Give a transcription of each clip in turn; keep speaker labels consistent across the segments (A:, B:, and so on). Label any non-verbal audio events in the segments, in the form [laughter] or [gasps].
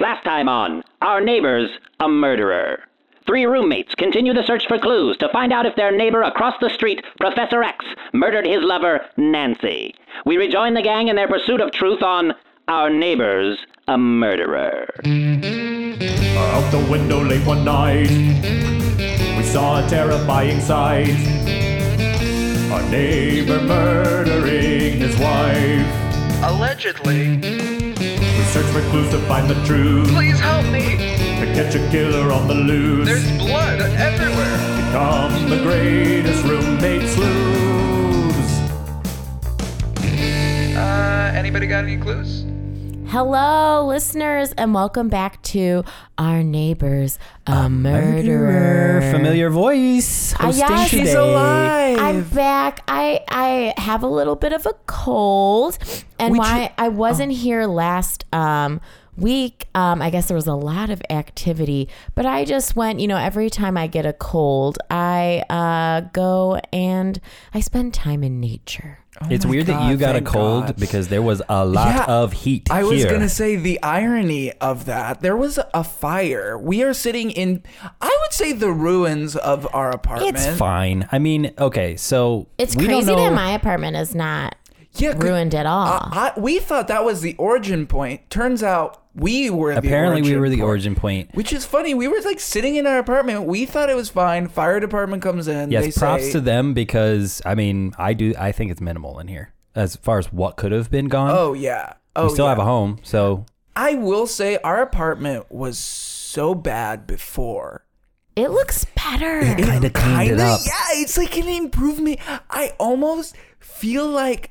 A: Last time on Our Neighbor's a Murderer. Three roommates continue the search for clues to find out if their neighbor across the street, Professor X, murdered his lover, Nancy. We rejoin the gang in their pursuit of truth on Our Neighbor's a Murderer.
B: Out the window late one night, we saw a terrifying sight. Our neighbor murdering his wife.
C: Allegedly.
B: We searched for clues to find the truth,
C: Please help me.
B: to catch a killer on the loose.
C: There's blood everywhere.
B: Become the greatest roommate sleuths.
C: Uh, anybody got any clues?
D: Hello, listeners, and welcome back to Our Neighbors, a, Murderer.
E: Familiar voice.
D: Ah,
E: Hosting
D: yes.
E: today.
D: She's I'm back. I I have a little bit of a cold, and
E: We
D: why
E: tr-
D: I wasn't here last um, week. Um, I guess there was a lot of activity, but I just went. You know, every time I get a cold, I uh, go and I spend time in nature.
E: it's
F: Oh my
E: weird that
F: God,
E: you got a
F: thank
E: cold
F: God.
E: because there was a lot
F: Yeah,
E: of heat.
F: I was
E: here.
F: gonna say the irony of that. There was a fire. We are sitting in, I would say, the ruins of our apartment.
E: It's fine. I mean, okay, so
D: It's
E: we don't
D: crazy
E: know-
D: that my apartment is not
F: Yeah, 'cause
D: ruined at all.
F: I, I, we thought that was the origin point. Turns out we were.
E: Apparently,
F: the
E: we were the
F: point.
E: origin point.
F: Which is funny. We were like sitting in our apartment. We thought it was fine. Fire department comes in. they
E: Yes, props
F: say,
E: to them because I mean, I do. I think it's minimal in here as far as what could have been gone.
F: Oh yeah. Oh,
E: we still
F: yeah.
E: have a home, so
F: I will say our apartment was so bad before.
D: It looks better.
E: kind of cleaned it
F: Kinda,
E: up.
F: Yeah, it's like an improvement. I almost feel like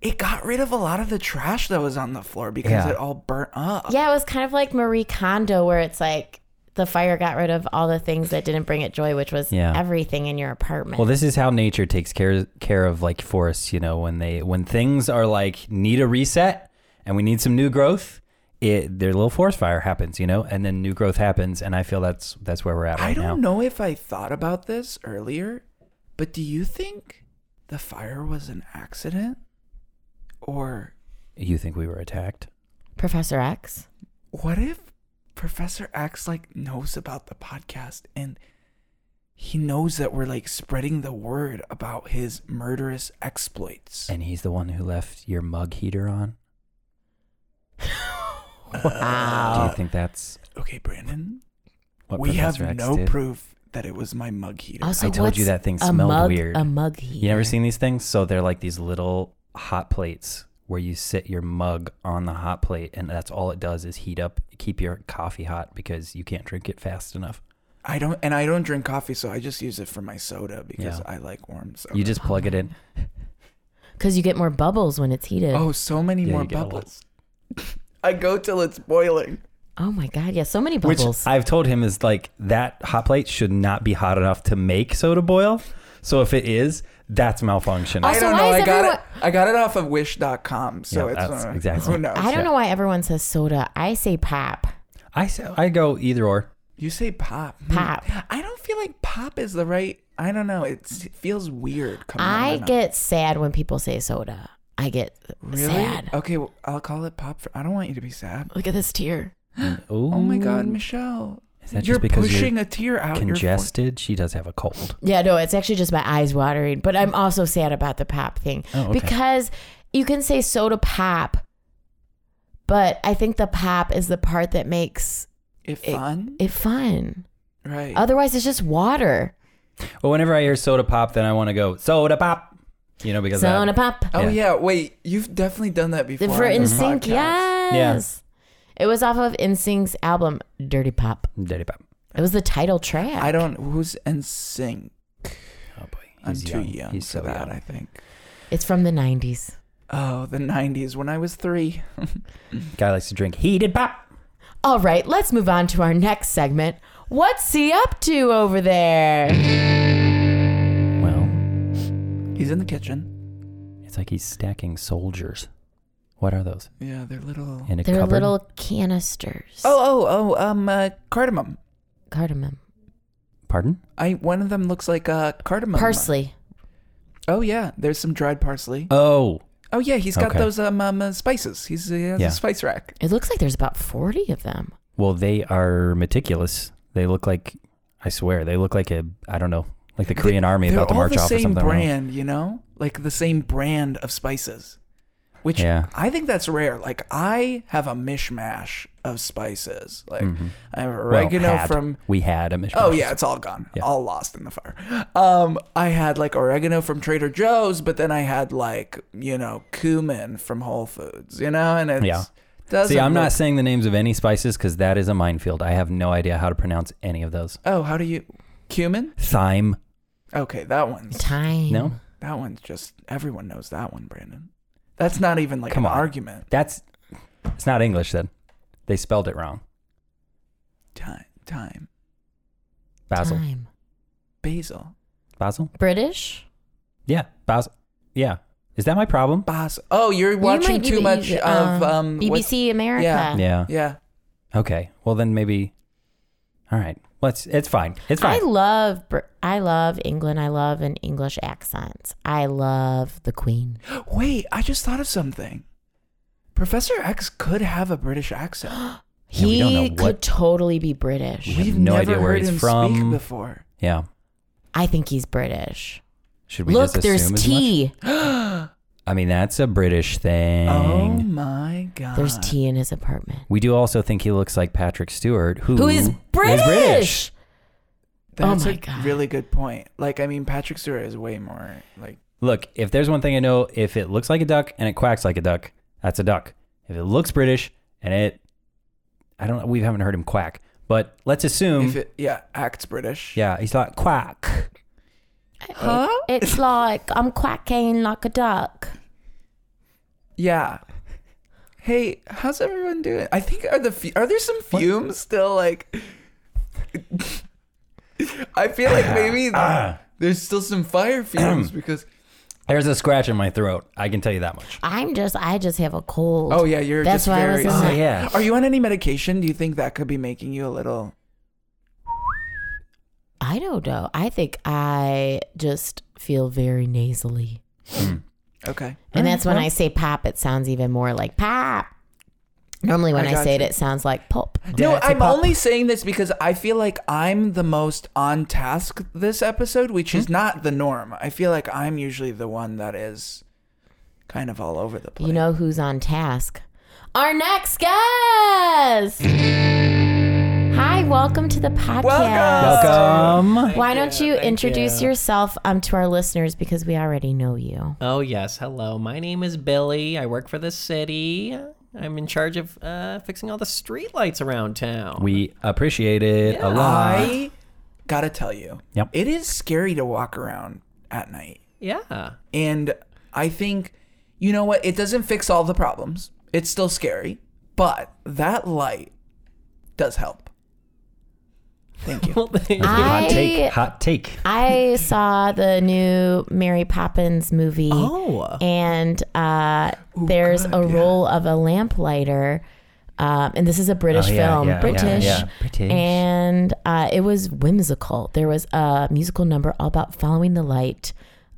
F: it got rid of a lot of the trash that was on the floor because
E: Yeah.
F: it all burnt up.
D: Yeah, it was kind of like Marie Kondo, where it's like the fire got rid of all the things that didn't bring it joy, which was
E: Yeah.
D: everything in your apartment.
E: Well, this is how nature takes care care of like forests. You know, when they when things are like need a reset and we need some new growth, it their little forest fire happens. You know, and then new growth happens, and I feel that's that's where we're at right
F: I don't
E: now.
F: know if I thought about this earlier, but do you think the fire was an accident? Or
E: You think we were attacked?
D: Professor X.
F: what if Professor X like knows about the podcast and he knows that we're like spreading the word about his murderous exploits?
E: And he's the one who left your mug heater
F: [laughs]
E: on. Do you think that's
F: Okay, Brandon,
E: what
F: we have
E: Professor X
F: no
E: did?
F: proof that it was my mug heater.
D: Also,
E: I told you
D: what's
E: that thing
D: a
E: smelled
D: mug,
E: weird.
D: A mug heat.
E: You never seen these things? So they're like these little hot plates where you sit your mug on the hot plate, and that's all it does is heat up, keep your coffee hot because you can't drink it fast enough.
F: I don't, and I don't drink coffee, so I just use it for my soda because
E: Yeah.
F: I like warm soda.
E: You just plug
F: [laughs]
E: it in.
D: Because you get more bubbles when it's heated. Oh.
F: oh, so many
E: Yeah,
F: more
E: you get a lot.
F: bubbles. [laughs] I go till it's boiling.
D: Oh my God. Yeah, so many
E: Which
D: bubbles.
E: I've told him is like that hot plate should not be hot enough to make soda boil. So if it is, that's malfunctioning.
D: Also,
F: I don't
D: why
F: know.
D: is
F: I got
D: everyone-
F: it. I got it off of Wish.com, so
E: Yeah,
F: it's
E: that's
F: uh,
E: exactly-
F: who knows.
D: I don't
E: yeah.
D: know why everyone says soda. I say pop.
E: I, s- I go either or.
F: You say pop. Hmm.
D: Pop.
F: I don't feel like pop is the right. I don't know. It's, it feels weird. Coming out of
D: I
F: my mouth.
D: get sad when people say soda. I get
F: really
D: sad.
E: Oh.
F: okay. Well, I'll call it pop. For, I don't want you to be sad.
D: Look at this tear.
F: Oh my God, Michelle,
E: Is that
F: you're
E: just because you're
F: pushing a tear out your forehead.
E: Congested. She does have a cold.
D: Yeah, no, it's actually just my eyes watering. But I'm also sad about the pop thing
E: Oh, okay.
D: because you can say soda pop, but I think the pop is the part that makes
F: It
D: it
F: fun,
D: It fun.
F: right?
D: Otherwise, it's just water.
E: Well, whenever I hear soda pop, then I want to go soda pop. You know because I-
D: Soda pop.
F: oh
E: yeah.
F: yeah. Wait, you've definitely done that before.
D: For
F: on this
E: Mm-hmm.
D: NSYNC,
F: podcast.
D: yes. It was off of NSYNC's album Dirty Pop.
E: Daddy pop.
D: It was the title track.
F: I don't. Who's NSYNC?
E: Oh boy,
F: I'm too young,
E: He's so
F: for that.
E: young.
F: I think.
D: It's from the 90s.
F: Oh, the '90s when I was three.
E: Guy likes to drink heated pop.
D: All right, let's move on to our next segment. What's he up to over there?
E: Well,
F: He's in the kitchen.
E: it's like he's stacking soldiers. What are those
F: Yeah, they're little.
E: in a
D: They're
E: cupboard?
D: little canisters.
F: Oh, oh, oh, um, uh, cardamom.
D: cardamom.
E: Pardon?
F: I one of them looks like uh, cardamom.
D: Parsley.
F: Oh yeah, there's some dried parsley.
E: Oh,
F: Oh yeah, he's got
E: Okay.
F: those um, um uh, spices. He's he has
E: Yeah.
F: a spice rack.
D: It looks like there's about 40 of them.
E: Well, they are meticulous. They look like I swear they look like a I don't know like the Korean army
F: They're
E: about to
F: all
E: march
F: the
E: off
F: same
E: or something.
F: brand, you know, like the same brand of spices. Which
E: Yeah.
F: I think that's rare. Like I have a mishmash of spices. Like I have
E: Mm-hmm. Well,
F: oregano
E: had.
F: from
E: we had a mishmash.
F: Oh yeah, it's all gone. All lost in the fire. Um, I had like oregano from Trader Joe's, but then I had like you know cumin from Whole Foods. You know, and it's
E: Yeah.
F: Doesn't
E: See, I'm
F: look-
E: not saying the names of any spices because that is a minefield. I have no idea how to pronounce any of those.
F: Oh, how do you cumin?
E: Thyme.
F: Okay, that one's
D: Time.
E: No,
F: that one's just everyone knows that one, Brandon. That's not even like
E: Come
F: an
E: on.
F: argument.
E: that's it's not English. Then they spelled it wrong.
F: Time, time,
E: Basil.
D: Time.
F: basil,
E: Basil.
D: British?
E: Yeah. Basil. Yeah. Is that my problem?
F: basil. Oh, you're
D: You
F: watching
D: might
F: too
D: be-
F: much
D: you-
F: of
D: uh,
F: um what-
D: BBC America.
F: Yeah.
E: Yeah.
F: Yeah,
E: Okay. Well, then maybe. All right. Let's. It's fine. It's
D: I
E: fine.
D: love Br- I love England. I love an English accent. I love the Queen.
F: Wait, I just thought of something. Professor X could have a British
D: [gasps]
F: accent.
E: Yeah, we
D: He
E: don't know
D: could
E: what-
D: totally be British.
E: We have no idea where he's from.
F: speak before.
E: yeah.
D: I think he's British.
E: Should we
D: Look,
E: just
D: there's
E: assume as
D: tea.
E: much? I mean, that's a British thing.
F: Oh my god.
D: There's tea in his apartment.
E: We do also think he looks like Patrick Stewart, who,
D: Who is British?
E: British.
D: Oh
F: That's
D: my
F: a
D: God.
F: really good point. Like I mean Patrick Stewart is way more like
E: Look, if there's one thing I know, if it looks like a duck and it quacks like a duck, that's a duck. If it looks British and it, I don't know, we haven't heard him quack, but let's assume,
F: if it yeah, acts British.
E: yeah, he's like quack.
F: Huh?
D: It's like I'm quacking like a duck.
F: Yeah. Hey, how's everyone doing? I think are the fu- are there some fumes still like I feel like maybe there's still some fire
E: [clears throat]
F: fumes because
E: There's a scratch in my throat. I can tell you that much.
D: I'm just I just have a cold.
F: Oh yeah, you're
D: That's
F: just
D: why I was
F: very
D: in
F: sick.
E: Oh,
D: that-
E: yeah.
F: Are you on any medication? Do you think that could be making you a little
D: I don't know. I think I just feel very nasally.
F: okay?
D: And that's when I say pop, it sounds even more like pop. Normally when
F: I
D: I,
F: got
D: say it,
F: you.
D: it sounds like pop.
F: No,
E: That's a
F: I'm
E: pop.
F: only saying this because I feel like I'm the most on task this episode, which
E: Hmm?
F: is not the norm. I feel like I'm usually the one that is kind of all over the place.
D: You know who's on task? Our next guest. Hi, welcome to the podcast.
F: Welcome.
E: Welcome.
D: Why don't you introduce yourself um, to our listeners because we already know you.
G: Oh, yes. Hello. My name is Billy. I work for the city. I'm in charge of uh, fixing all the streetlights around town.
E: We appreciate it a lot.
F: I gotta tell you,
E: Yep.
F: it is scary to walk around at night.
G: yeah.
F: And I think, you know what? It doesn't fix all the problems. It's still scary, but that light does help. Thank
G: [laughs]
F: you.
G: Well, thank you.
E: Hot
D: I
E: take. Hot take.
D: I saw the new Mary Poppins movie.
G: Oh.
D: and uh, there's a role of a lamplighter. Um, and this is a British
E: Oh, yeah,
D: film,
E: yeah, yeah,
D: British,
E: yeah. British.
D: and uh, it was whimsical. There was a musical number all about following the light,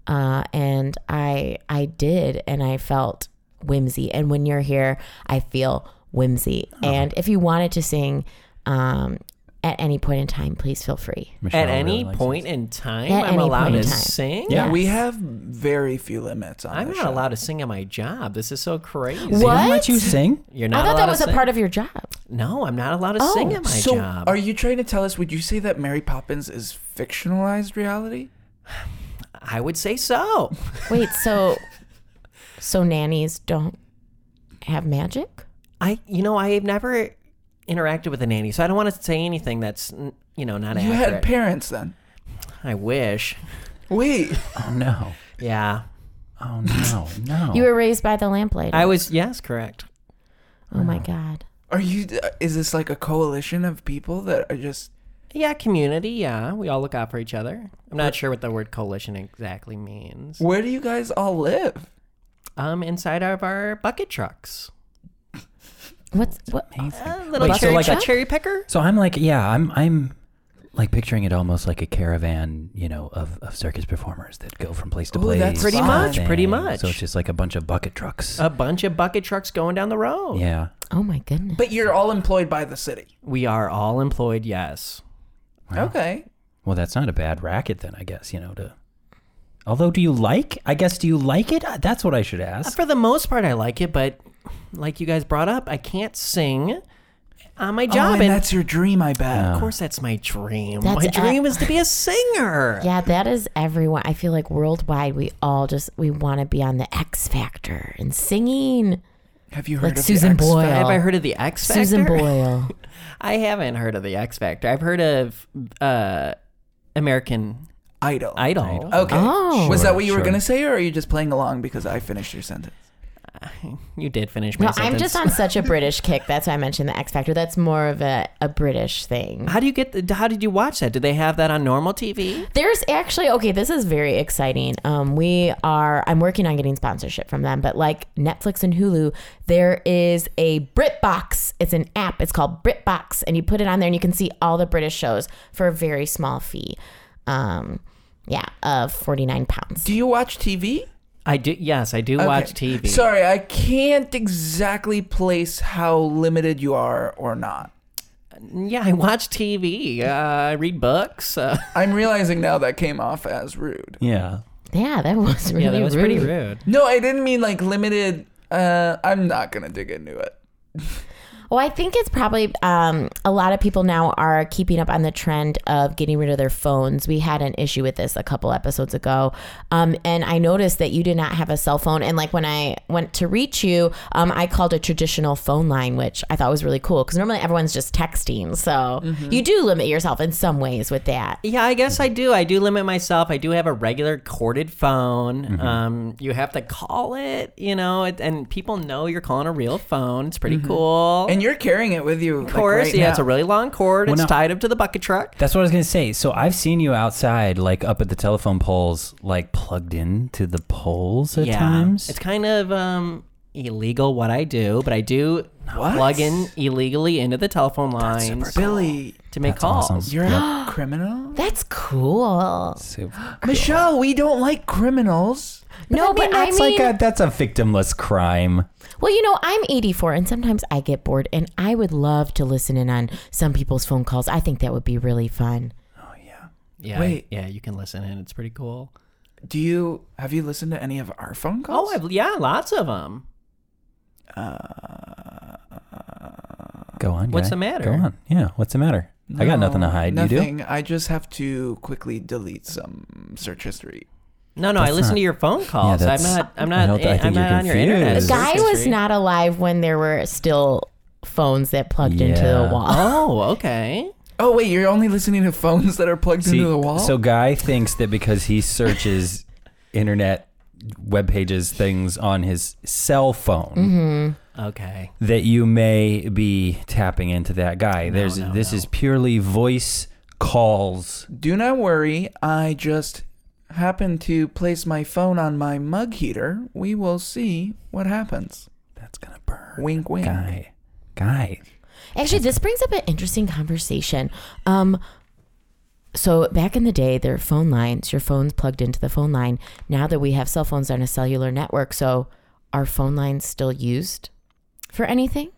D: uh, and I I did, and I felt whimsy. And when you're here, I feel whimsy.
E: Oh.
D: And if you wanted to sing um, at any point in time, please feel free.
E: Michelle
G: At
E: really
G: any
E: likes
G: point
E: this.
G: in time,
D: At
G: I'm
D: any
G: allowed
D: point
G: to
D: in time.
G: sing?
E: Yeah.
F: We have very few limits on
G: I'm
F: this
G: not
F: show.
G: allowed to sing at my job. This is so crazy.
E: They
D: What?
E: don't let you sing?
G: You're
D: I
G: not
D: thought
G: allowed
D: that was
G: to
D: a
G: sing?
D: part of your job.
G: No, I'm not allowed to
D: Oh,
G: sing at my
F: So,
G: job.
F: are you trying to tell us? Would you say that Mary Poppins is fictionalized reality?
G: I would say so.
D: Wait, so so nannies don't have magic?
G: I, you know, I've never interacted with a nanny, so I don't want to say anything that's, n- you know, not
F: You had
G: accurate.
F: parents then.
G: I wish.
F: Wait,
E: Oh, no.
G: Yeah.
E: Oh, no. No.
D: You were raised by the lamplighter.
G: I was, yes, correct.
D: oh my god.
F: are you? Is this like a coalition of people that are just?
G: Yeah, community. Yeah, we all look out for each other. I'm not sure what the word coalition exactly means.
F: Where do you guys all live?
G: Um, inside of our bucket trucks,
D: What's what?
G: a little
E: Wait, so
G: cherry,
E: like
G: a
E: a-
G: cherry picker.
E: So I'm like, yeah, I'm I'm like picturing it almost like a caravan, you know, of, of circus performers that go from place to
F: Ooh,
E: place.
F: that's
E: sort of
F: Pretty much,
E: thing.
G: pretty much.
E: So it's just like a bunch of bucket trucks.
G: A bunch of bucket trucks going down the road.
E: yeah.
D: Oh my goodness.
F: But you're all employed by the city.
G: We are all employed, yes.
F: Okay.
E: Well, that's not a bad racket then, I guess, you know, to Although do you like? I guess do you like it? Uh, That's what I should ask.
G: For the most part, I like it, but like you guys brought up, I can't sing on my
F: Oh,
G: job.
F: and that's Oh. your dream, I bet.
G: of course, that's my dream.
D: That's
G: my
D: a-
G: dream is to be a singer.
D: Yeah, that is everyone. I feel like worldwide, we all just we want to be on the X Factor and singing
F: Have you heard
D: like
F: of
D: Susan
F: the X
D: Boyle.
G: Have I heard of the X Factor?
D: Susan
G: [laughs]
D: Boyle.
G: I haven't heard of the X Factor. I've heard of uh, American
F: Idol?
G: Idol.
F: Okay.
D: Oh.
F: Was
E: Sure,
F: that what you
E: sure.
F: were gonna say, or are you just playing along because I finished your sentence?
G: [laughs] You did finish my
D: No,
G: sentence.
D: I'm just on such a British kick. That's why I mentioned the X Factor. That's more of a, a British thing.
G: How do you get? The, how did you watch that? Did they have that on normal TV?
D: There's actually okay. This is very exciting. Um, we are. I'm working on getting sponsorship from them, but like Netflix and Hulu, there is a BritBox. It's an app. It's called BritBox, and you put it on there, and you can see all the British shows for a very small fee. Um, yeah, of forty nine pounds.
F: Do you watch TV?
G: I do. Yes, I do watch
F: Okay.
G: TV.
F: Sorry, I can't exactly place how limited you are or not.
G: yeah, I watch TV. Uh, I read books. Uh,
F: I'm realizing now that came off as rude.
E: Yeah.
D: Yeah, that was really
G: yeah, [laughs] that was
D: rude.
G: pretty rude.
F: No, I didn't mean like limited. Uh, I'm not gonna dig into it.
D: Well, I think it's probably um, a lot of people now are keeping up on the trend of getting rid of their phones. We had an issue with this a couple episodes ago, um, and I noticed that you did not have a cell phone. And like when I went to reach you, um, I called a traditional phone line, which I thought was really cool because normally everyone's just texting. So you do limit yourself in some ways with that.
G: Yeah, I guess I do. I do limit myself. I do have a regular corded phone. Um, you have to call it, you know, it, and people know you're calling a real phone. It's pretty cool.
F: And you're carrying it with you.
G: of course, yeah, it's a really long cord.
E: Well,
G: it's
E: no.
G: tied up to the bucket truck.
E: That's what I was gonna say. So I've seen you outside, like up at the telephone poles, like plugged in to the poles at
G: yeah,
E: times.
G: it's kind of um, illegal what I do, but I do
F: What?
G: plug in illegally into the telephone lines
F: Billy,
G: to make
E: That's
G: calls.
E: awesome.
F: you're a
G: [gasps]
F: criminal.
D: That's cool.
E: Super.
F: Michelle, we don't like criminals.
D: no, but I
E: that's
D: mean,
E: like a that's a victimless crime.
D: Well, you know, I'm 84 and sometimes I get bored and I would love to listen in on some people's phone calls. I think that would be really fun.
G: Yeah,
F: Wait.
G: yeah, you can listen in. It's pretty cool.
F: Do you have you listened to any of our phone calls?
G: Oh, I've, yeah, lots of them.
E: Go on.
G: What's
E: guy.
G: the matter?
E: Go on. Yeah. What's the matter? I got nothing to hide. You do.
F: Nothing. I just have to quickly delete some search history.
G: No, no, I
E: That's
G: listen
E: not-
G: to your phone calls. I'm
E: that's-
G: not. I'm
E: I
G: not.
E: don't- I
G: I
E: think
G: am
E: you're
G: not on your internet.
E: confused.
D: Guy
G: search
D: was
G: history.
D: not alive when there were still phones that plugged into the
E: Yeah.
D: wall.
G: [laughs]
F: [laughs]
G: Oh, okay.
F: Oh wait, you're only listening to phones that are plugged
E: See,
F: into the wall.
E: So guy thinks that because he searches internet web pages things on his cell phone
G: Okay.
E: that you may be tapping into that guy. There's this is purely voice calls.
F: do not worry. I just happened to place my phone on my mug heater. We will see what happens.
E: That's gonna burn.
F: Wink, wink.
E: Guy, guy.
D: Actually, this brings up an interesting conversation. Um, so back in the day, there were phone lines. Your phone's plugged into the phone line. Now that we have cell phones on a cellular network, so are phone lines still used for anything?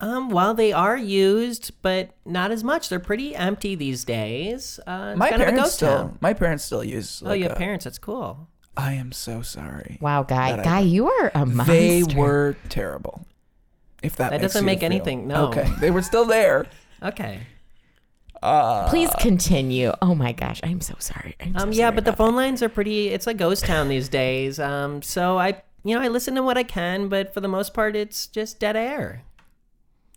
G: Um, well, they are used, but not as much. They're pretty empty these days. Uh, it's
F: My
G: kind of a
F: parents
G: ghost
F: still.
G: town.
F: My parents still use.
G: Oh,
F: Like
E: uh,
G: you have
F: a-
G: parents. That's cool.
F: I am so sorry.
D: Wow, guy,
F: That I
D: guy, you are a monster.
F: They were terrible. If that
G: That
F: makes
G: doesn't
F: you
G: make
F: feel-
G: anything- no.
F: Okay, they were still there.
G: Okay.
D: Please
F: uh,
D: continue. Oh my gosh, I'm so sorry. I'm so
G: Um, yeah,
D: sorry
G: but the
D: about
G: phone lines are pretty. It's a ghost town these days. Um, so I, you know, I listen to what I can, but for the most part, it's just dead air.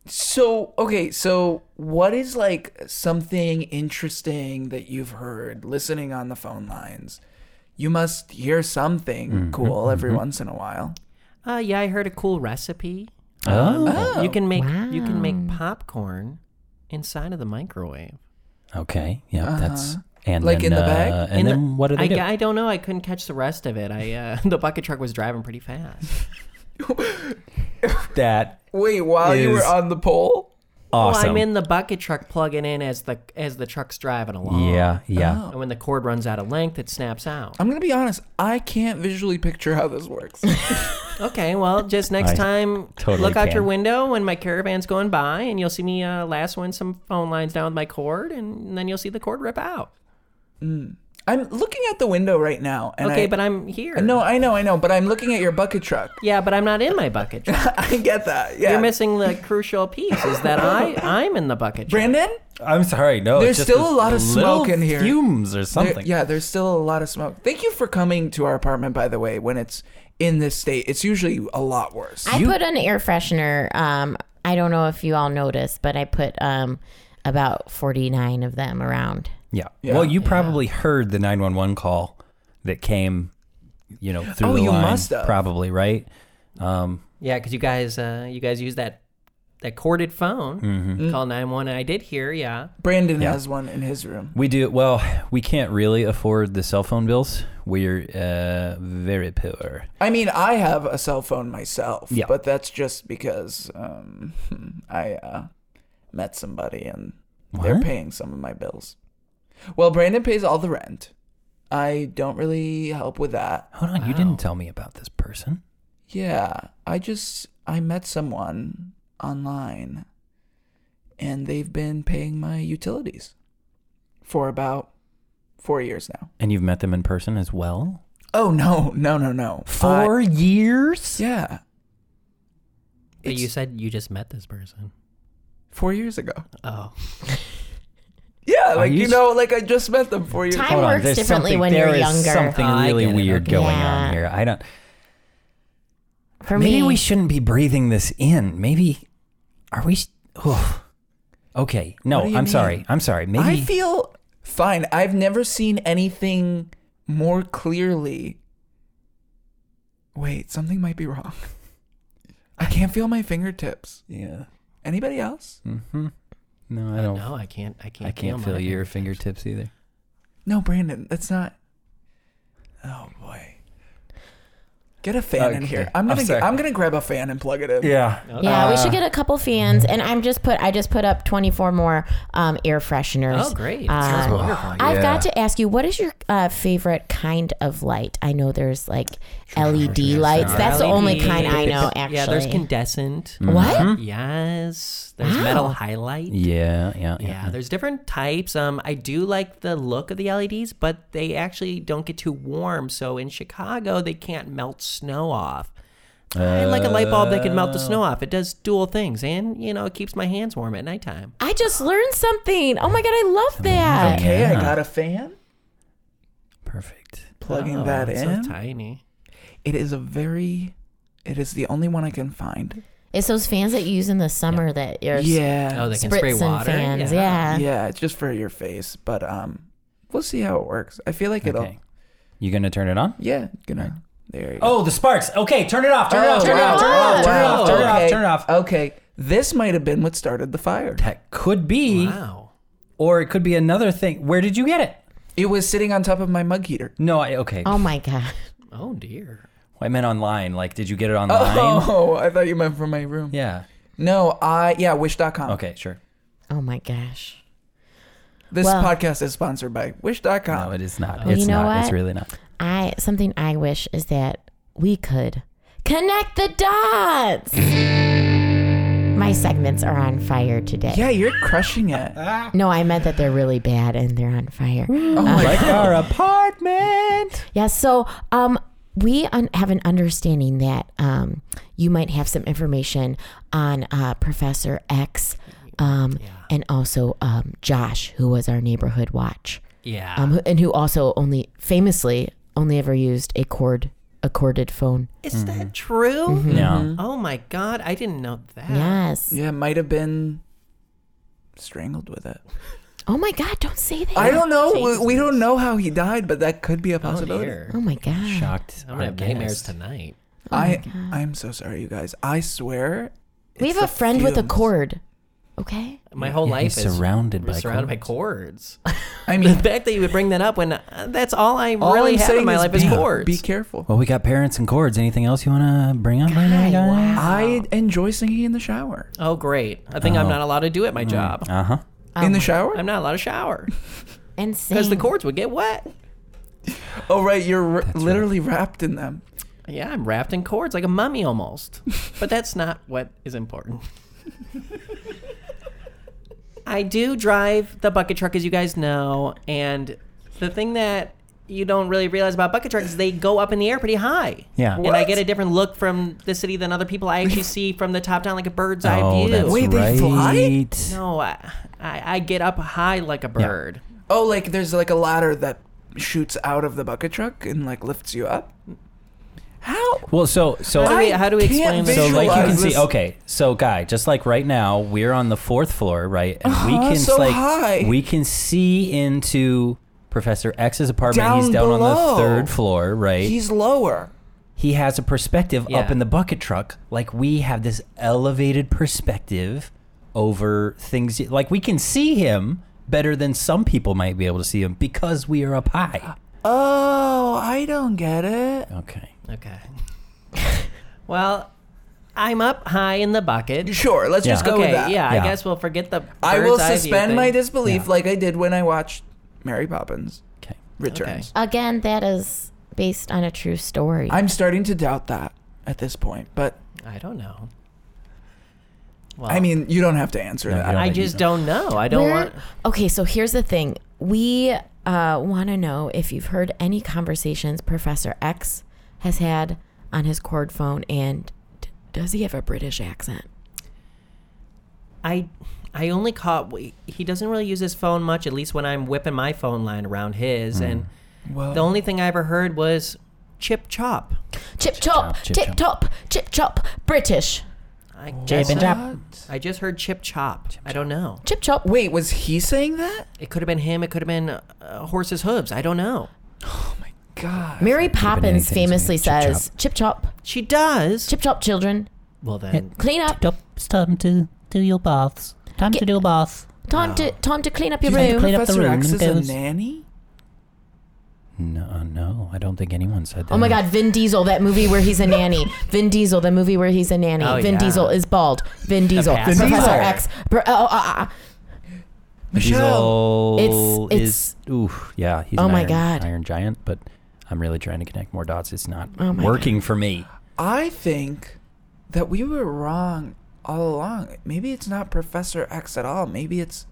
F: So okay, so what is like something interesting that you've heard listening on the phone lines? You must hear something
G: Mm-hmm,
F: cool every once in a while. [laughs]
G: Uh, yeah, I heard a cool recipe. Um,
E: Oh.
F: Oh,
G: you can make you can make popcorn inside of the microwave.
E: Okay. Yeah. That's and
F: Like
E: then,
F: in the
E: uh,
F: bag?
E: And
G: In the-
E: then what do they
G: I,
E: do?
G: I don't know. I couldn't catch the rest of it. I uh, [laughs] the bucket truck was driving pretty fast.
E: that
F: Wait, while you
E: Is-
F: were on the pole?
E: awesome.
G: Well, Oh, I'm in the bucket truck plugging in as the as the truck's driving along.
E: yeah, yeah.
G: And when the cord runs out of length, it snaps out.
F: I'm gonna be honest. I can't visually picture how this
G: [laughs]
F: works.
G: Okay, well, just next
E: I
G: time,
E: totally
G: look out
E: can.
G: your window when my caravan's going by, and you'll see me uh, lasso some phone lines down with my cord, and then you'll see the cord rip out.
F: I'm looking out the window right now. And
G: Okay,
F: I,
G: but I'm here.
F: no, I know, I know, but I'm looking at your bucket truck. [laughs]
G: yeah, but I'm not in
E: [laughs]
G: my bucket. truck.
F: I get that. Yeah.
G: You're missing the crucial piece is that
E: [laughs]
G: I I'm in the bucket. truck.
F: Brandon.
E: I'm sorry. No,
F: There's
E: it's just
F: still
E: this
F: a lot of
E: little
F: smoke in here.
E: Fumes or
F: There-
E: something.
F: yeah, there's still a lot of smoke. Thank you for coming to our apartment, by the way. When it's in this state, it's usually a lot worse.
D: I put an air freshener. Um, I don't know if you all noticed, but I put um about forty nine of them around.
E: Yeah. Well, you probably heard the 911 call that came, you know, through
F: Oh,
E: the
F: you
E: line.
F: must have.
E: Probably, right? Um,
G: Yeah, because you guys uh, you guys use that that corded phone
E: Mm-hmm.
G: call nine one. I did hear. Yeah.
F: Brandon has one in his room.
E: we do. Well, we can't really afford the cell phone bills. We're uh, very poor.
F: I mean, I have a cell phone myself,
E: Yeah.
F: but that's just because um, [laughs] I uh, met somebody and they're
E: What?
F: paying some of my bills. Well, Brandon pays all the rent. I don't really help with that.
E: Hold on. You didn't tell me about this person.
F: Yeah, I just I met someone online and they've been paying my utilities for about 4 years now.
E: And you've met them in person as well?
F: Oh no, no, no, no. I-
E: Four years?
F: yeah.
G: But you
F: It's
G: said you just met this person.
F: 4 years ago.
G: Oh.
F: Yeah, like
E: you
F: you,
E: s-
F: know, like I just met them four years.
D: Time
E: Hold on.
D: works
E: There's
D: differently
E: something,
D: when
E: there
D: you're
E: is
D: younger.
E: something
G: I
E: really
G: get it,
E: weird
G: okay.
E: going
D: Yeah.
E: on here. I don't.
D: For
E: Maybe
D: me,
E: we shouldn't be breathing this in. Maybe are we? Oh, okay. No,
F: What do
E: I'm
F: you mean?
E: sorry. I'm sorry. Maybe
F: I feel fine. I've never seen anything more clearly. Wait, something might be wrong. I can't feel my fingertips.
E: yeah.
F: Anybody else?
E: Mm-hmm. No, I don't.
G: No, I can't. I can't.
E: I can't feel
G: feel my
E: your fingertips either.
F: No, Brandon, that's not. Oh boy. Get a fan in
E: Okay.
F: here. I'm
E: I'm
F: gonna.
E: sorry.
F: I'm, gonna grab a fan and plug it in.
E: Yeah.
D: yeah,
G: uh,
D: we should get a couple fans, and I'm just put. I just put up 24 more um, air fresheners.
G: Oh, great. That sounds
D: Uh,
G: wonderful.
D: I've
E: Yeah.
D: got to ask you, what is your uh, favorite kind of light? I know there's like LED lights. That's the only
G: LED.
D: kind I know. Actually,
G: E
D: Mm-hmm.
G: Yeah, there's incandescent.
D: what?
F: Mm-hmm.
G: Yes. There's
D: Wow.
G: metal highlight.
E: Yeah. Yeah.
G: Yeah, there's different types. Um, I do like the look of the LEDs, but they actually don't get too warm. So in Chicago, they can't melt snow off. I like a light bulb that can melt the snow off. It does dual things, and you know, it keeps my hands warm at nighttime.
D: I just learned something. Oh my god, I love that.
F: Okay, I
E: Yeah.
F: got a fan.
E: Perfect.
F: Plugging
G: Oh,
F: that
G: it's
F: in.
G: so tiny.
F: it is a very. It is the only one I can find.
D: It's those fans that you use in the summer that are
F: Yeah.
G: Oh, they can spray
D: spritzing
G: water.
D: fans. Yeah.
G: yeah.
F: yeah, it's just for your face, but um, we'll see how it works. I feel like it'll.
E: Okay. You gonna turn it on?
F: Yeah, gonna. There you go.
E: Oh, the sparks. Okay, turn it off. Turn
F: Oh, wow.
D: off, turn it
F: Wow.
D: off,
F: Okay. Okay, this might have been what started the fire.
E: That could
D: E-
E: be,
G: Wow.
E: or it could be another thing. Where did you get it?
F: It was sitting on top of my mug heater.
E: No, I, okay.
F: Um,
D: Oh my god. [laughs]
G: Oh dear.
E: I meant online. Like, did you get it online?
F: Oh, I thought you meant from my room.
E: Yeah.
F: No, I yeah, wish.com.
E: Okay, sure.
D: Oh my gosh.
F: This
D: Well-
F: podcast is sponsored by wish.com.
E: No, it is
F: Oh.
E: not.
D: You
E: it's
D: know
E: not. It's
D: what?
E: really not.
D: I something I wish is that we could connect the dots. My segments are on fire today.
F: yeah, you're crushing it.
D: No, I meant that they're really bad and they're on fire.
F: Oh
D: Uh,
E: like
G: [laughs]
E: our apartment.
D: Yeah, so um, we un- have an understanding that um, you might have some information on uh, Professor X um, and also um, Josh, who was our neighborhood watch,
G: Yeah.
D: um, who- and who also only famously only ever used a cord a corded phone.
G: is
F: Mm-hmm.
G: that true?
D: Mm-hmm.
E: No.
G: Oh my god, I didn't know that.
D: Yes.
F: Ah. Yeah, might have been strangled with it.
D: Oh my God! Don't say that.
F: I don't know. We, we don't know how he died, but that could be a
G: Oh
F: possibility.
G: dear.
D: Oh my God!
E: Shocked.
G: I'm gonna have nightmares tonight.
F: I I'm so sorry, you guys. I swear.
D: we
F: it's
D: have a
F: the
D: friend with a
F: fumes.
D: cord. Okay.
G: My whole
E: Yeah,
G: life
E: he's
G: is
E: surrounded by
G: surrounded by chords. [laughs]
F: I
G: the
F: mean,
G: fact that you would bring that up when uh, that's all I
F: all
G: really
F: I'm
G: have
F: saying
G: in my
F: is
G: life
F: be,
G: is Oh, chords.
F: Be careful.
E: Well, we got parents and chords. Anything else you want to bring up right now, guys?
F: I enjoy singing in the shower.
G: oh, great! I think I'm
F: Uh-huh.
G: not allowed to do it. My
F: Mm.
G: job.
E: Uh huh.
F: in
D: Um,
F: the shower?
G: I'm not allowed to shower
D: Insane.
G: because the
F: Mm.
G: chords would get wet.
F: oh right, you're r- literally wrapped in them.
G: Yeah, I'm wrapped in cords like a mummy almost. but that's not what is important. I do drive the bucket truck, as you guys know, and the thing that you don't really realize about bucket trucks is they go up in the air pretty high.
E: Yeah.
G: And I get a different look from the city than other people. I actually see from the top down like a bird's eye
E: oh,
G: view.
E: that's
F: Wait,
E: right.
F: they fly?
G: No, I, I, I get up high like a bird.
F: Oh, like there's like a ladder that shoots out of the bucket truck and like lifts you up. How?
E: Well, so so
G: How do we,
F: I
G: how do we
F: can't
G: explain this?
E: so like you can
F: visualize
E: see.
F: this.
E: Okay, so guy, just like right now, we're on the fourth floor, right? And we
F: Ah,
E: can
F: so
E: like
F: high.
E: we can see into Professor X's apartment.
F: Down
E: He's down on
F: below.
E: the third floor, right?
F: He's lower.
E: he has a perspective up
G: Yeah.
E: in the bucket truck. Like we have this elevated perspective over things. Like we can see him better than some people might be able to see him because we are up high.
F: Oh, I don't get it.
E: Okay.
G: Okay. [laughs] well, I'm up high in
E: [laughs]
G: the bucket.
F: Sure, let's
E: Yeah.
F: just go
G: okay,
F: with that.
G: yeah,
E: Yeah.
G: I guess we'll forget the.
F: I
G: bird's
F: will
G: eye view
F: suspend my
G: thing.
F: disbelief
E: Yeah.
F: like I did when I watched Mary Poppins
E: Okay.
F: Returns.
D: Again, that is based on a true story.
F: I'm starting to doubt that at this point, but
G: I don't know. Well,
F: I mean, you don't have to answer
E: No, you
F: that.
E: don't.
G: I just don't know. I don't
D: We're-
G: want.
D: Okay, so here's the thing. We uh, want to know if you've heard any conversations Professor X has had on his cord phone, and d- does he have a British accent?
G: I I only caught he doesn't really use his phone much. At least when I'm whipping my phone line around his, and
E: Hmm.
F: Well,
G: the only thing I ever heard was chip chop.
D: Chip chop,
E: chop, chip
D: tip top, chip chop, British.
G: I
E: Chip
G: just,
E: and chop.
G: I just heard chip chop. I don't know.
D: Chip chop.
F: wait, was he saying that?
G: It could have been him. It could have been uh, horse's hooves. I don't know.
F: God.
D: Mary Poppins
E: anything's made
D: famously
E: chip
D: says, "Chip chop,
G: She does.
D: chip chop, children,
G: well then,
D: clean up.
H: It's time to do your baths. Time
D: Get-
H: to do a bath.
D: Time to time to clean up your
H: Do you think
D: room."
H: clean up the
F: Professor
H: room
F: X
H: and
F: is a
H: goes-
F: nanny?
E: No, uh, no, I don't think anyone said that.
D: Oh my God, Vin Diesel, that movie where he's a nanny. Vin Diesel, the movie where he's a nanny.
G: Oh,
D: Vin
G: yeah.
D: Diesel is bald. Vin Diesel,
G: pastor.
D: Professor
F: Diesel.
D: X. Pro- oh, uh, uh,
F: Michelle.
E: Diesel
D: It's-
E: is ooh yeah. He's
D: Oh
E: an
D: my
E: iron,
D: God.
E: Iron Giant. But I'm really trying to connect more dots. It's not
D: Oh my
E: working for me.
F: I think that we were wrong all along. Maybe it's not Professor X at all. Maybe it's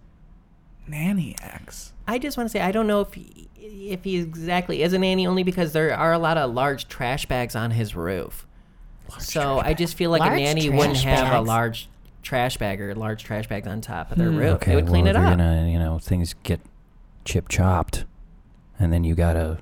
F: Nanny X.
G: I just want to say I don't know if he, if he exactly is a nanny only because there are a lot of large trash bags on his roof. so I just feel like
D: Large
G: a nanny
D: trash
G: wouldn't have a
D: bags.
G: large trash bag or large trash bags on top of their roof. they would
E: well,
G: clean it
E: they're
G: up.
E: Gonna, you know, things get chip chopped, and then you gotta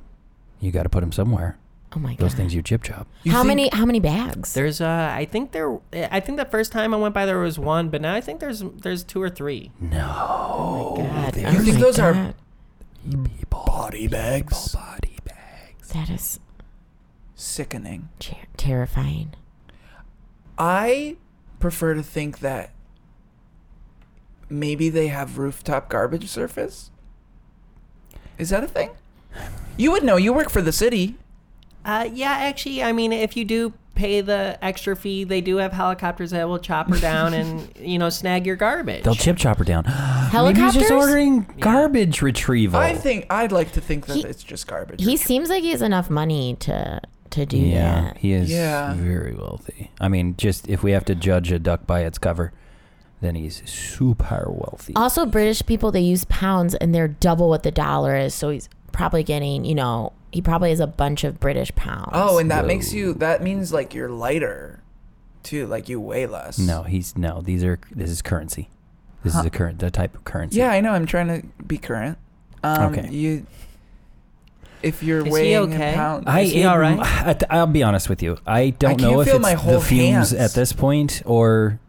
E: you gotta put them somewhere.
D: oh my
E: Those
D: God.
E: things you chip chop.
F: You
D: how
F: think-
D: many how many bags?
G: There's uh I think there I think the first time I went by there was one, but now I think there's there's two or three.
D: God,
F: You think
D: my
F: those are-
D: God.
F: body bags?
E: Body bag.
D: that is
F: Sickening.
D: ter- terrifying.
F: I prefer to think that maybe they have rooftop garbage surface. Is that a thing? You would know. You work for the city.
G: Uh yeah, actually I mean if you do pay the extra fee, they do have helicopters that will chop her down and you know snag your garbage.
E: They'll chip chop her down. [gasps] Maybe he's
D: Helicopters.
E: just ordering garbage retrieval.
F: I think I'd like to think that
D: He-
F: it's just garbage.
D: he seems like he has enough money to to do
E: Yeah,
D: that.
E: he is
F: Yeah.
E: very wealthy. I mean, just if we have to judge a duck by its cover, then he's super wealthy.
D: Also, British people they use pounds and they're double what the dollar is, so he's probably getting you know he probably has a bunch of British pounds.
F: oh, and that makes you. That means like you're lighter, too. Like you weigh less.
E: no, he's no. These are this is currency. This is a current the type of currency.
F: Yeah, I know. I'm trying to be current. Um,
E: Okay.
F: You. If you're
G: Is he
F: weighing
G: okay?
F: a pound,
E: I
G: Is he
E: am-
G: all right?
E: I th- I'll be honest with you. I don't
F: can't
E: know if
F: feel
E: it's
F: my whole
E: the fumes
F: hands.
E: at this point or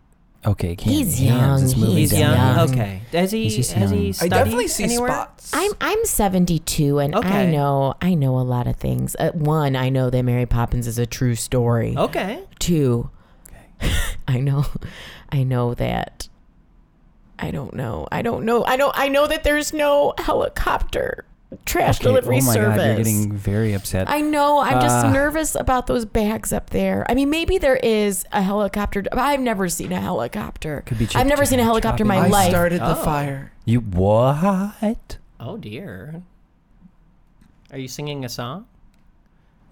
E: okay. Can't,
D: He's
E: hands,
D: young,
E: It's moving
G: He's
E: down.
G: young.
D: Yeah.
G: Okay. Does he?
E: He's just
G: has
E: young.
G: he
E: I
F: I
G: studied
F: definitely see
G: anywhere?
F: spots.
D: I'm I'm 72 and I
G: Okay.
D: know I know a lot of things. Uh, one, I know that Mary Poppins is a true story.
E: Oh.
G: Okay.
D: [laughs] Two, I know I know that I don't know. I don't know. I don't. I know that there's no helicopter trash delivery
E: oh my
D: service.
E: god, you're getting very upset.
D: I know. I'm just
E: Ah.
D: nervous about those bags up there. I mean, maybe there is a helicopter. but I've never seen a helicopter.
E: Could be
D: I've never
E: chip
D: seen a
E: chop
D: helicopter in my
F: I
E: chopping.
D: life.
F: started the
G: Oh.
F: fire.
E: you what?
G: Oh dear. Are you singing a song?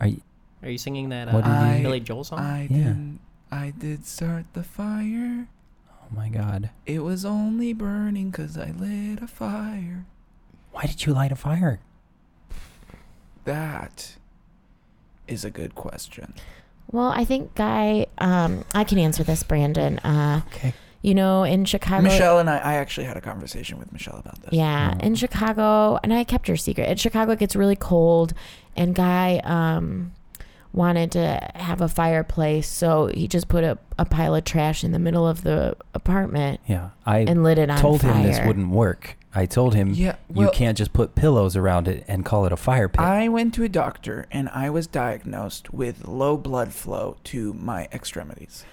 E: Are you,
G: Are you singing that
E: What
G: uh,
F: did you-
G: Billy Joel song?
F: I
E: Yeah.
F: didn't. I did start the fire.
E: oh my god.
F: It was only burning 'cause I lit a fire.
E: Why did you light a fire?
F: That is a good question.
D: Well, I think Guy, um, I can answer this, Brandon. Uh,
E: Okay.
D: you know, in Chicago,
F: Michelle and I, I actually had a conversation with Michelle about this.
E: Mm.
D: Yeah, in Chicago, and I kept your secret. In Chicago, it gets really cold, and guy um, wanted to have a fireplace, so he just put a, a pile of trash in the middle of the apartment
E: Yeah, I
D: and lit it on
E: told him this
D: fire.
E: wouldn't work. I told him
F: Yeah, well-
E: you can't just put pillows around it and call it a fire pit.
F: I went to a doctor and I was diagnosed with low blood flow to my extremities.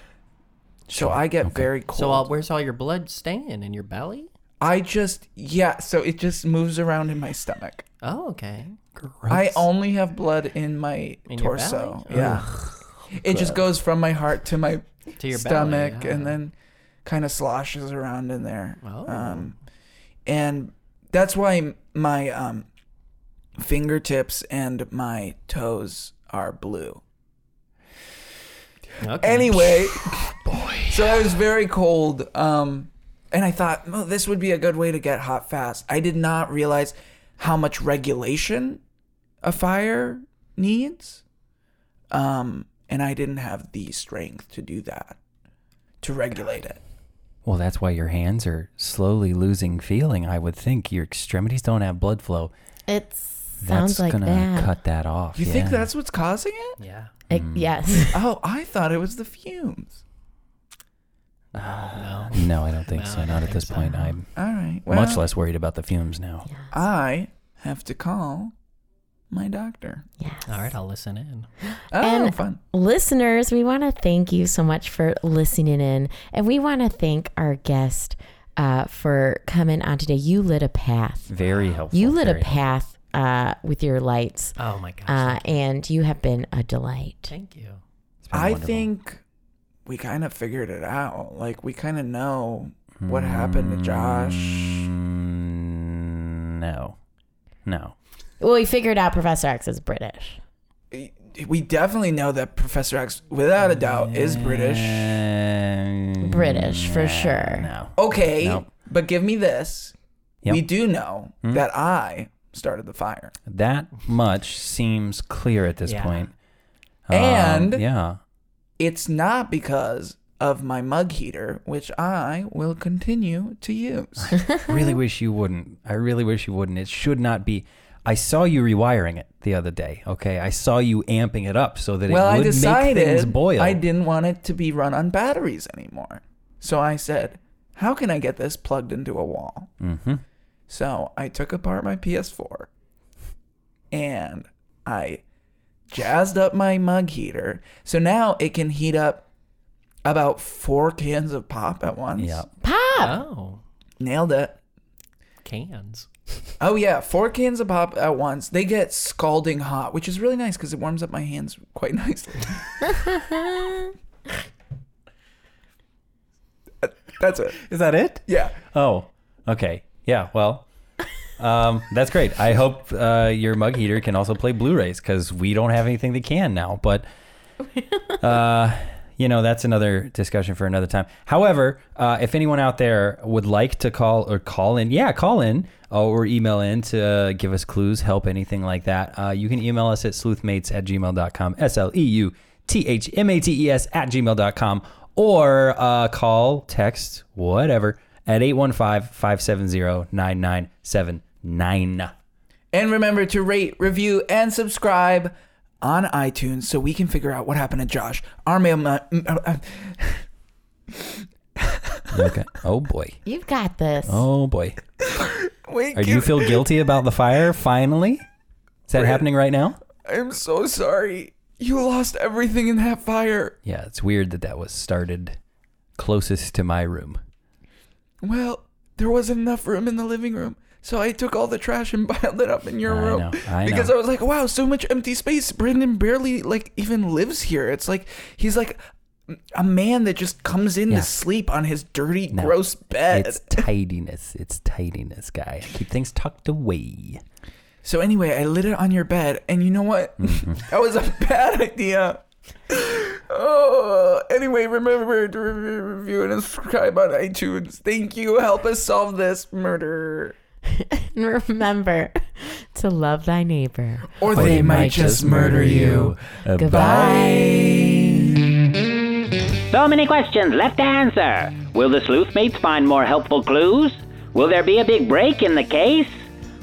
F: So I get very cold.
G: so uh, where's all your blood staying in your belly?
F: I just yeah, so it just moves around in my stomach.
G: Oh, okay.
F: I
E: Gross.
F: only have blood in my
G: In your
F: torso.
G: belly? Oh,
F: Yeah. It just goes from my heart to my
G: To your
F: stomach
G: belly,
F: and
G: huh?
F: then kind of sloshes around in there.
G: Oh.
F: Um, and that's why m- my um, fingertips and my toes are blue.
G: Okay.
E: [laughs]
F: Anyway, so I was very cold. Um, and I thought, oh, this would be a good way to get hot fast. I did not realize how much regulation a fire needs. Um, and I didn't have the strength to do that, to regulate it.
E: Well, that's why your hands are slowly losing feeling. I would think your extremities don't have blood flow.
D: It
E: That's
D: sounds like
E: gonna
D: that.
E: cut that off.
F: You think
E: yeah.
F: that's what's causing it?
G: Yeah.
D: It- yes. [laughs]
F: Oh, I thought it was the fumes.
G: No.
E: No, I don't think
G: No,
E: so.
G: I
E: Not
G: don't
E: at this
G: think so.
E: point. I'm
F: All right. Well,
E: much less worried about the fumes now.
F: I have to call my doctor.
D: yes.
G: All right, I'll listen in.
F: Oh,
D: And-
F: fun.
D: listeners, we want to thank you so much for listening in, and we want to thank our guest uh, for coming on today. You lit a
G: Mm,
D: path.
E: Very helpful.
D: You lit a
E: very
D: path uh, with your lights,
G: Oh my gosh.
D: uh, and you have been a delight.
G: Thank you.
E: It's been
F: I
E: wonderful.
F: think we kind of figured it out. Like, we kind of know what happened
E: Hmm.
F: to Josh.
E: Mm, no. No.
D: Well, we figured out Professor X is British.
F: Eh, We definitely know that Professor X, without a doubt, is British.
E: Um,
D: British, for sure.
E: No.
F: Okay,
E: Nope.
F: but give me this.
E: Yep. Hmm?
F: We do know that I started the fire.
E: That much seems clear at this
G: Yeah.
E: point. Um,
F: And-
E: yeah,
F: It's not because of my mug heater, which I will continue to
E: [laughs]
F: use.
E: really wish you wouldn't. I really wish you wouldn't. It should not be. I saw you rewiring it the other day. Okay, I saw you amping it up so that
F: well,
E: it
F: I
E: would make things
F: decided
E: boil.
F: I didn't want it to be run on batteries anymore. So I said, how can I get this plugged into a wall?
E: Mm-hmm.
F: So I took apart my PS4 and I jazzed up my mug heater. So now it can heat up about four cans of pop at once.
E: Yeah,
D: Pop!
G: Oh,
F: Nailed it.
G: cans.
F: Oh yeah, four cans of pop at once. They get scalding hot, which is really nice because it warms up my hands quite [laughs] nicely. That's it.
E: is that it?
F: Yeah.
E: Oh, okay. Yeah. Well, um, that's great. I hope uh, your mug heater can also play Blu-rays because we don't have anything that can now. But uh, you know, that's another discussion for another time. However, uh, if anyone out there would like to call or call in, yeah, call in uh, or email in to uh, give us clues, help, anything like that, uh, you can email us at sleuthmates at gmail.com, S L E U T H M A T E S at gmail.com, or uh, call, text, whatever, at 815 570 9979.
F: And remember to rate, review, and subscribe on iTunes so we can figure out what happened to Josh. Our mail.
E: [laughs]
F: uh,
E: Okay. Oh, boy.
D: You've got this.
E: Oh, boy.
F: [laughs] Wait,
E: Are, do you
F: give-
E: feel guilty about the fire finally? Is that happening right now?
F: I'm so sorry. You lost everything in that fire.
E: Yeah, it's weird that that was started closest to my room.
F: Well, there wasn't enough room in the living room. So I took all the trash and [laughs] piled it up in your
E: I
F: room
E: know, I
F: because
E: know.
F: I was like, "Wow, so much empty space." Brendan barely like even lives here. It's like he's like a man that just comes in
E: Yeah.
F: to sleep on his dirty,
E: No,
F: gross bed.
E: It's tidiness. It's tidiness, guy. Keep things tucked away.
F: So anyway, I lit it on your bed, and you know what?
E: Mm-hmm.
F: [laughs] that was a bad idea. [laughs] Oh, anyway, remember to review, review and subscribe on iTunes. Thank you. Help us solve this murder.
D: And [laughs] remember [laughs] to love thy neighbor.
F: Or they, might, just murder you.
D: Goodbye.
A: So many questions left to answer. Will the sleuth mates find more helpful clues? Will there be a big break in the case?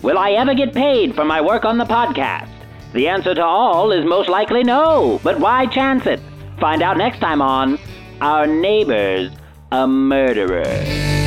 A: Will I ever get paid for my work on the podcast? The answer to all is most likely no, but why chance it? Find out next time on Our Neighbor's a Murderer.